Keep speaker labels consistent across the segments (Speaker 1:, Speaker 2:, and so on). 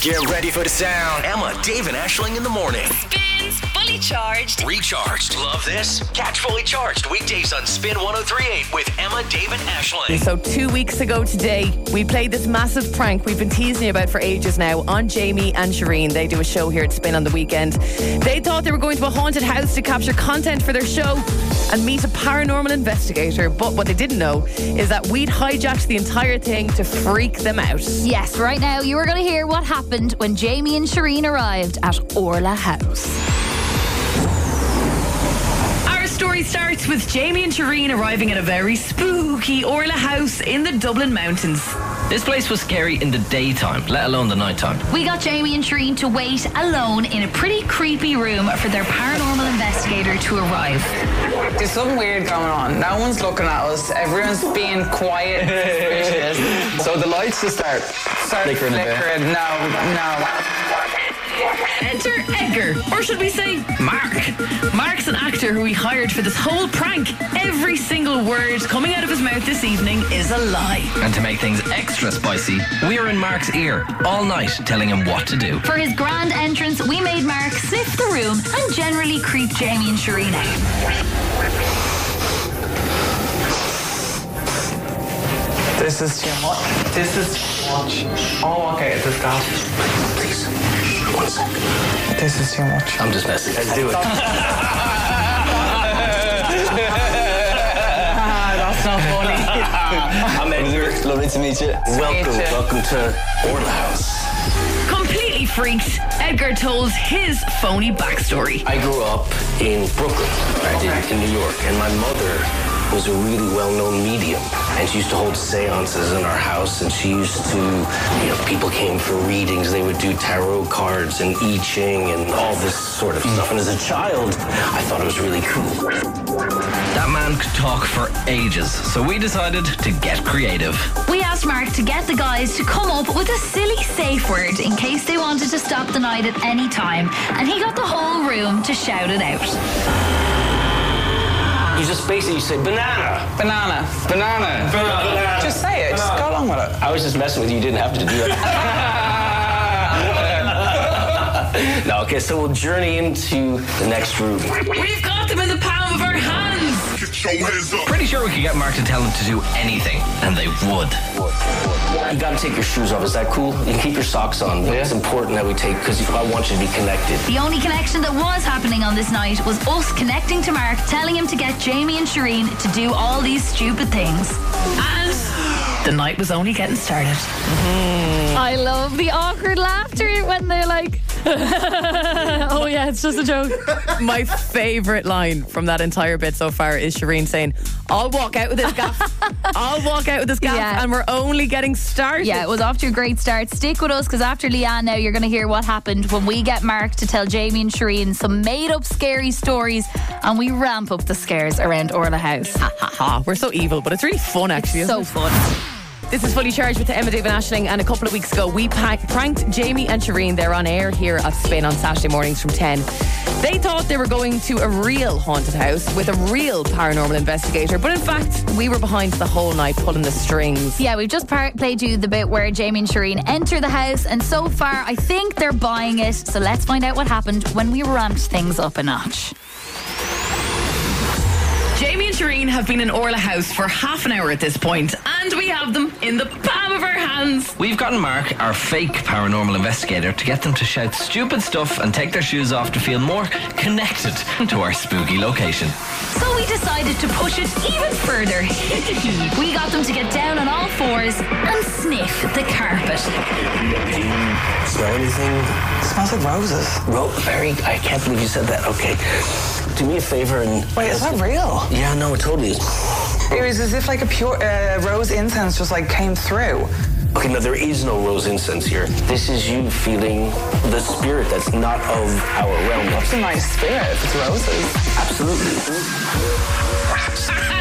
Speaker 1: Get ready for the sound.
Speaker 2: Emma, Dave, and Ashling in the morning.
Speaker 3: Spins Fully Charged.
Speaker 2: Recharged. Love this? Catch fully charged weekdays on Spin 1038 with Emma, Dave, and Ashling.
Speaker 4: So, two weeks ago today, we played this massive prank we've been teasing you about for ages now on Jamie and Shireen. They do a show here at Spin on the weekend. They thought they were going to a haunted house to capture content for their show and meet a paranormal investigator. But what they didn't know is that we'd hijacked the entire thing to freak them out.
Speaker 3: Yes, right now you are going to hear what happened when Jamie and Shireen arrived at Orla House.
Speaker 4: Our story starts with Jamie and Shireen arriving at a very spooky Orla house in the Dublin mountains.
Speaker 5: This place was scary in the daytime, let alone the nighttime.
Speaker 3: We got Jamie and Shireen to wait alone in a pretty creepy room for their paranormal investigator to arrive.
Speaker 6: There's something weird going on. No one's looking at us. Everyone's being quiet and suspicious.
Speaker 7: So the lights just start
Speaker 6: Start
Speaker 7: flickering a bit.
Speaker 6: flickering. No, no.
Speaker 4: Enter Edgar, or should we say Mark? Mark's an actor who we hired for this whole prank. Every single word coming out of his mouth this evening is a lie.
Speaker 5: And to make things extra spicy, we were in Mark's ear all night telling him what to do.
Speaker 3: For his grand entrance, we made Mark sniff the room and generally creep Jamie and Shireen out.
Speaker 6: This is too much. This is too much. Oh, okay, it's just that. This is too much.
Speaker 5: I'm just messing. Let's do it.
Speaker 6: That's not funny.
Speaker 7: I'm Edgar. Lovely to meet you.
Speaker 6: Welcome, Meet you.
Speaker 7: welcome to Orla House.
Speaker 4: Completely freaked, Edgar told his phony backstory.
Speaker 8: I grew up in Brooklyn, right, in, in New York, and my mother was a really well-known medium, and she used to hold seances in our house, and she used to, you know, people came for readings, they would do tarot cards and I Ching and all this sort of stuff, and as a child, I thought it was really cool.
Speaker 5: That man could talk for ages, so we decided to get creative.
Speaker 3: We asked Mark to get the guys to come up with a silly safe word in case they wanted to stop the night at any time, and he got the whole room to shout it out.
Speaker 8: You just basically say, banana!
Speaker 6: Banana. Banana.
Speaker 8: Banana.
Speaker 6: Just say it. Just go along with it.
Speaker 8: I was just messing with you. You didn't have to do that. no, okay, so we'll journey into the next room.
Speaker 4: We've got them in the palm of our hands.
Speaker 5: Pretty sure we could get Mark to tell him to do anything, and they would.
Speaker 8: You gotta take your shoes off. Is that cool? You can keep your socks on. It's important that we take, because I want you to be connected.
Speaker 3: The only connection that was happening on this night was us connecting to Mark, telling him to get Jamie and Shireen to do all these stupid things.
Speaker 4: And the night was only getting started.
Speaker 9: I love the awkward laughter when they're like, oh yeah, it's just a joke.
Speaker 4: My favorite line from that entire bit so far is Shireen saying, I'll walk out with this gaff. I'll walk out with this gaff,
Speaker 9: Yeah.
Speaker 4: and we're only getting started.
Speaker 9: Yeah,
Speaker 3: It was off to a great start. Stick with us because after Leanne, now you're going to hear what happened when we get Mark to tell Jamie and Shireen some made up scary stories and we ramp up the scares around Orla House.
Speaker 4: Ah, we're so evil, but it's really fun actually. isn't
Speaker 3: So
Speaker 4: it?
Speaker 3: fun.
Speaker 4: This is Fully Charged with Emma David Ashling, and a couple of weeks ago, we pack- pranked Jamie and Shireen. They're on air here at Spin on Saturday mornings from 10. They thought they were going to a real haunted house with a real paranormal investigator, but in fact, we were behind the whole night pulling the strings.
Speaker 3: Yeah, we've just par- played you the bit where Jamie and Shireen enter the house, and so far, I think they're buying it. So let's find out what happened when we ramped things up a notch.
Speaker 4: Jamie and Shireen have been in Orla House for half an hour at this point, and we have them in the palm of our hands.
Speaker 5: We've gotten Mark, our fake paranormal investigator, to get them to shout stupid stuff and take their shoes off to feel more connected to our spooky location.
Speaker 3: So we decided to push it even further. we got them to get down on all fours and sniff the carpet.
Speaker 8: Smell anything?
Speaker 6: smells like roses.
Speaker 8: Ro- very. I can't believe you said that. Okay. Do me a favor and.
Speaker 6: Wait, is that real?
Speaker 8: Yeah, no, totally.
Speaker 6: It was as if like a pure uh, rose incense just like came through.
Speaker 8: Okay, no, there is no rose incense here. This is you feeling the spirit that's not of our realm.
Speaker 6: It's a nice spirit. if It's roses.
Speaker 8: Absolutely.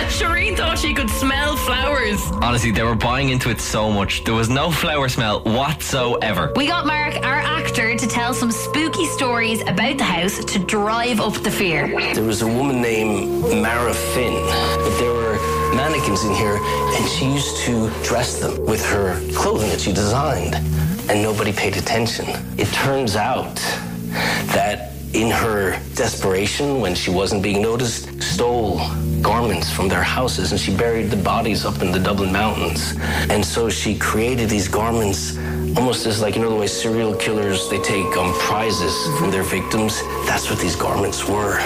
Speaker 4: Shireen thought she could smell flowers.
Speaker 5: Honestly, they were buying into it so much. There was no flower smell whatsoever.
Speaker 3: We got Mark, our actor, to tell some spooky stories about the house to drive up the fear.
Speaker 8: There was a woman named Mara Finn, but there were mannequins in here, and she used to dress them with her clothing that she designed. and nobody paid attention. It turns out that in her desperation, when she wasn't being noticed, stole garments from their houses and she buried the bodies up in the Dublin mountains. And so she created these garments almost as like you know the way serial killers they take um, prizes from their victims. That's what these garments were.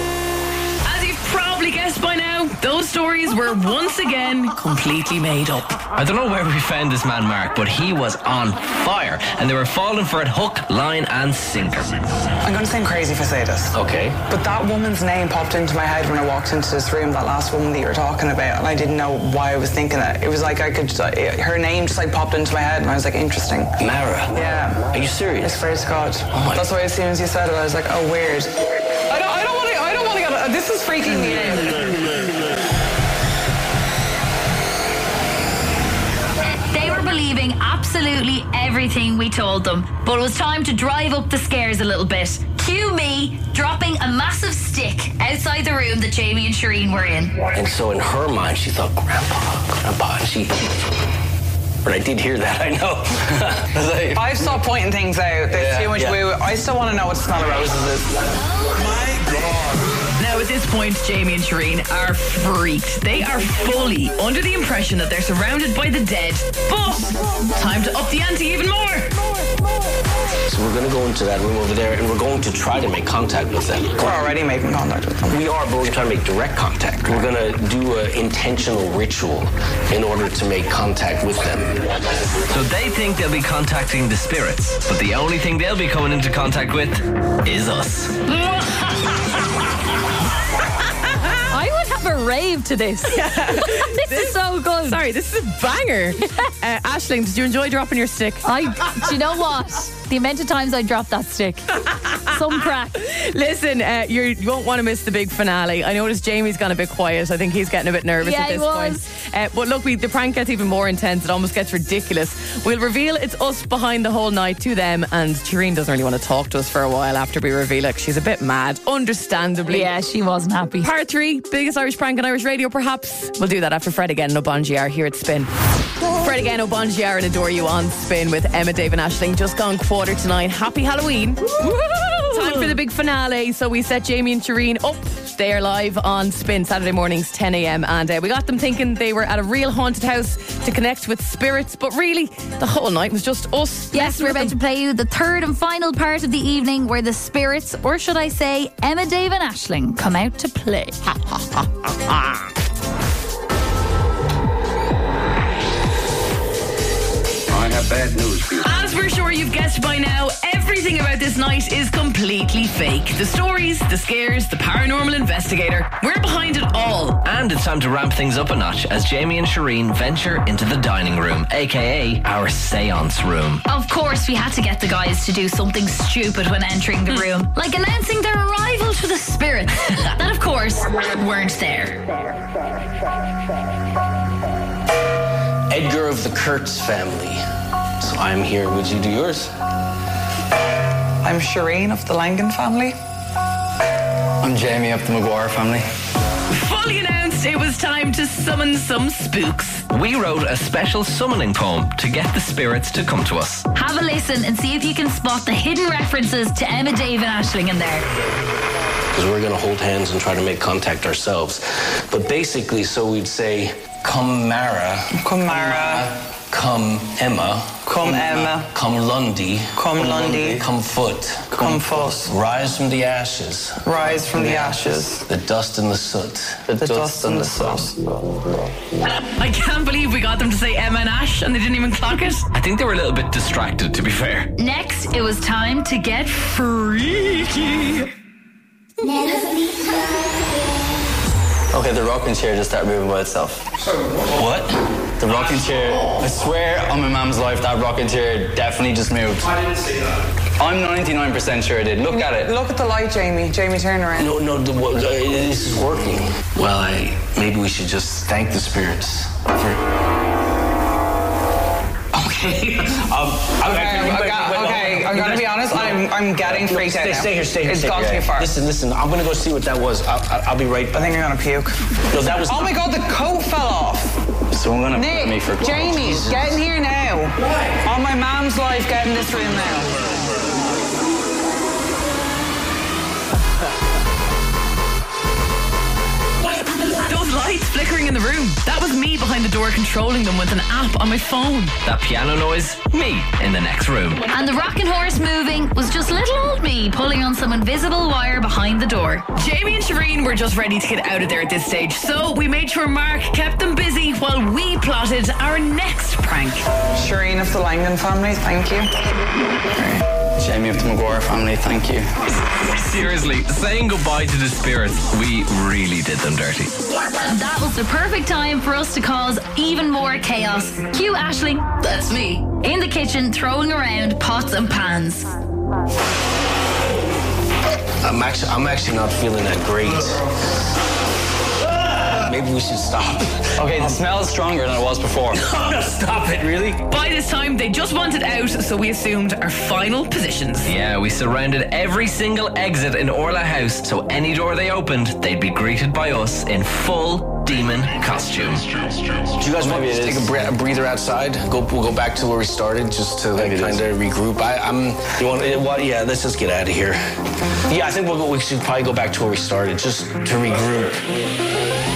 Speaker 4: As you've probably guessed by now, those stories were once again completely made up.
Speaker 5: I don't know where we found this man, Mark, but he was on fire, and they were falling for it hook, line, and sinker.
Speaker 6: I'm going to sound crazy if I say this.
Speaker 5: Okay.
Speaker 6: But that woman's name popped into my head when I walked into this room, that last woman that you were talking about, and I didn't know why I was thinking it. It was like I could, uh, her name just like popped into my head, and I was like, interesting.
Speaker 8: Mara.
Speaker 6: Yeah.
Speaker 8: Are you serious?
Speaker 6: I swear to God.
Speaker 8: Oh my-
Speaker 6: That's why as soon as you said it, I was like, oh, weird. I don't, I don't want to, I don't want to get, uh, this is freaking me out.
Speaker 3: They were believing absolutely everything we told them, but it was time to drive up the scares a little bit. Cue me dropping a massive stick outside the room that Jamie and Shireen were in.
Speaker 8: And so in her mind, she thought, Grandpa, Grandpa, and she. But I did hear that, I know. I was like,
Speaker 6: I've stopped pointing things out. There's
Speaker 8: Yeah,
Speaker 6: too much
Speaker 8: yeah.
Speaker 6: woo. I still want to know what the smell of roses is.
Speaker 4: Now, at this point, Jamie and Shireen are freaked. They are fully under the impression that they're surrounded by the dead. But time to up the ante even more.
Speaker 8: So we're gonna go into that room over there and we're going to try to make contact with them.
Speaker 6: We're already making contact with them.
Speaker 8: We are, but we're trying to make direct contact. We're gonna do an intentional ritual in order to make contact with them.
Speaker 5: So they think they'll be contacting the spirits, but the only thing they'll be coming into contact with is us.
Speaker 9: I would have a rave to this. this, is so good.
Speaker 4: Sorry, this is a banger. uh, Ashling, did you enjoy dropping your stick?
Speaker 9: I, do you know what? The amount of times I dropped that stick. Some crack.
Speaker 4: Listen, uh, you're, you won't want to miss the big finale. I noticed Jamie's gone a bit quiet. I think he's getting a bit nervous
Speaker 9: Yeah,
Speaker 4: at
Speaker 9: he
Speaker 4: this
Speaker 9: was.
Speaker 4: point. Uh, but look, we, the prank gets even more intense. It almost gets ridiculous. We'll reveal it's us behind the whole night to them. And Shireen doesn't really want to talk to us for a while after we reveal it. 'cause She's a bit mad, understandably.
Speaker 9: Yeah, she wasn't happy.
Speaker 4: Part three, biggest Irish prank on Irish radio, perhaps. We'll do that after Fred again and Obongiar here at Spin. Fred again, Obongiar and Adore You on Spin with Emma, Dave, and Ashling. Just gone quarter to nine. Happy Halloween. Time for the big finale. So we set Jamie and Shireen up. They are live on Spin Saturday mornings, 10 a.m. And uh, we got them thinking they were at a real haunted house to connect with spirits. But really, the whole night was just us.
Speaker 3: Yes,
Speaker 4: messing
Speaker 3: we're
Speaker 4: with
Speaker 3: about
Speaker 4: them.
Speaker 3: to play you the third and final part of the evening where the spirits, or should I say, Emma, Dave, and Ashling, come out to play.
Speaker 1: I have bad news for you.
Speaker 4: As we're sure you've guessed by now, everything about this night is completely fake. The stories, the scares, the paranormal investigator. We're behind it all.
Speaker 5: And it's time to ramp things up a notch as Jamie and Shireen venture into the dining room, aka our seance room.
Speaker 3: Of course, we had to get the guys to do something stupid when entering the room, like announcing their arrival to the spirits that, of course, weren't there.
Speaker 8: Edgar of the Kurtz family. So I'm here. Would you do yours?
Speaker 6: I'm Shireen of the Langan family.
Speaker 7: I'm Jamie of the McGuire family.
Speaker 4: Fully announced, it was time to summon some spooks.
Speaker 5: We wrote a special summoning poem to get the spirits to come to us.
Speaker 3: Have a listen and see if you can spot the hidden references to Emma, Dave, and Ashling in there.
Speaker 8: Because we're gonna hold hands and try to make contact ourselves. But basically, so we'd say, come Mara,
Speaker 6: Come Mara.
Speaker 8: come Emma,
Speaker 6: Come Emma.
Speaker 8: come Lundy,
Speaker 6: Come Lundy.
Speaker 8: come Foot,
Speaker 6: Come Fuss.
Speaker 8: rise from the ashes.
Speaker 6: Rise from the ashes.
Speaker 8: The dust and the soot.
Speaker 6: The dust and the soot.
Speaker 4: I can't believe we got them to say Emma and Ash and they didn't even clock it.
Speaker 5: I think they were a little bit distracted, to be fair.
Speaker 3: Next, it was time to get freaky.
Speaker 7: Okay, the rocking chair just started moving by itself. What? The rocking chair. I swear on my mum's life, that rocking chair definitely just moved. I didn't see that. I'm 99% sure it did. Look at it.
Speaker 6: Look at the light, Jamie. Jamie, turn around.
Speaker 8: No, no, the, what, uh, this is working. Well, I maybe we should just thank the spirits for. Okay. um, I- I-
Speaker 6: Okay,
Speaker 8: wait,
Speaker 6: okay,
Speaker 8: wait, wait,
Speaker 6: okay.
Speaker 8: no,
Speaker 6: I'm
Speaker 8: no,
Speaker 6: gonna
Speaker 8: no,
Speaker 6: be honest.
Speaker 8: no.
Speaker 6: I'm I'm getting
Speaker 8: No,
Speaker 6: freaked out.
Speaker 8: Stay,
Speaker 6: now.
Speaker 8: stay here, stay here.
Speaker 6: It's
Speaker 8: stay
Speaker 6: gone
Speaker 8: here.
Speaker 6: too far.
Speaker 8: Listen, listen. I'm gonna go see what that was. I'll, I'll, I'll be right
Speaker 6: I
Speaker 8: back.
Speaker 6: think I'm gonna puke.
Speaker 8: No, that was.
Speaker 6: Oh my god, the coat fell off.
Speaker 8: So
Speaker 7: Someone gonna put me
Speaker 6: Oh Nick,
Speaker 7: for
Speaker 6: Jamie,
Speaker 7: Jesus.
Speaker 6: get in here now. On my mom's life, get in this room now.
Speaker 4: Those lights flickering in the room. That was me behind the door controlling them with an app on my phone.
Speaker 5: That piano noise, me in the next room.
Speaker 3: And the rocking horse moving was just little old me pulling on some invisible wire behind the door.
Speaker 4: Jamie and Shireen were just ready to get out of there at this stage, so we made sure Mark kept them busy while we plotted our next prank.
Speaker 6: Shireen of the Langdon family, thank you.
Speaker 7: Jamie of the McGuire family, thank you.
Speaker 5: Seriously, saying goodbye to the spirits, we really did them dirty.
Speaker 3: And that was the perfect time for us to cause even more chaos. Cue Ashley, that's me, in the kitchen throwing around pots and pans.
Speaker 8: I'm actually, I'm actually not feeling that great. Maybe we should stop.
Speaker 7: Okay, the smell is stronger than it was before.
Speaker 8: stop it, really?
Speaker 4: By this time, they just wanted out, so we assumed our final positions.
Speaker 5: Yeah, we surrounded every single exit in Orla House, so any door they opened, they'd be greeted by us in full demon costume.
Speaker 8: Do you guys want
Speaker 7: Maybe
Speaker 8: me
Speaker 7: it
Speaker 8: to
Speaker 7: is.
Speaker 8: take a, bre- a breather outside? Go, we'll go back to where we started just to like,
Speaker 7: it is.
Speaker 8: kind of regroup. I, I'm. You want? eh, What? Yeah, let's just get out of here. Yeah, I think we'll go, we should probably go back to where we started just to regroup.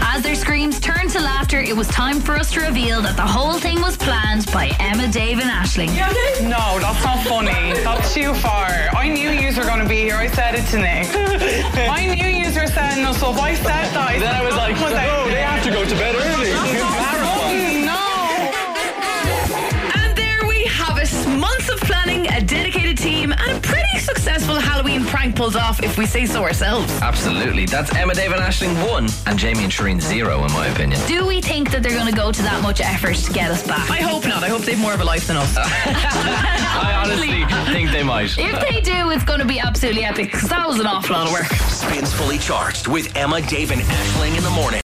Speaker 3: As their screams turned to laughter, it was time for us to reveal that the whole thing was planned by Emma, Dave, and Ashling.
Speaker 6: No, that's not funny. That's too far. I knew yous were going to be here. I said it to Nick. I knew yous were setting us up. I said that.
Speaker 7: Then I was like, no, they have to go to bed early.
Speaker 6: No.
Speaker 4: And there we have it. Months of planning, a dedicated team, and a pretty successful Halloween prank pulled off, if we say so ourselves.
Speaker 5: Absolutely, that's Emma, Dave, and Ashling one, and Jamie and Shireen zero, in my opinion.
Speaker 3: Do we think that they're going to go to that much effort to get us back?
Speaker 4: I hope not. I hope they've more of a life than us.
Speaker 5: I honestly think they might.
Speaker 3: If they do, it's going to be absolutely epic because that was an awful lot of work.
Speaker 2: Spins Fully Charged with Emma, Dave, and Ashling in the morning.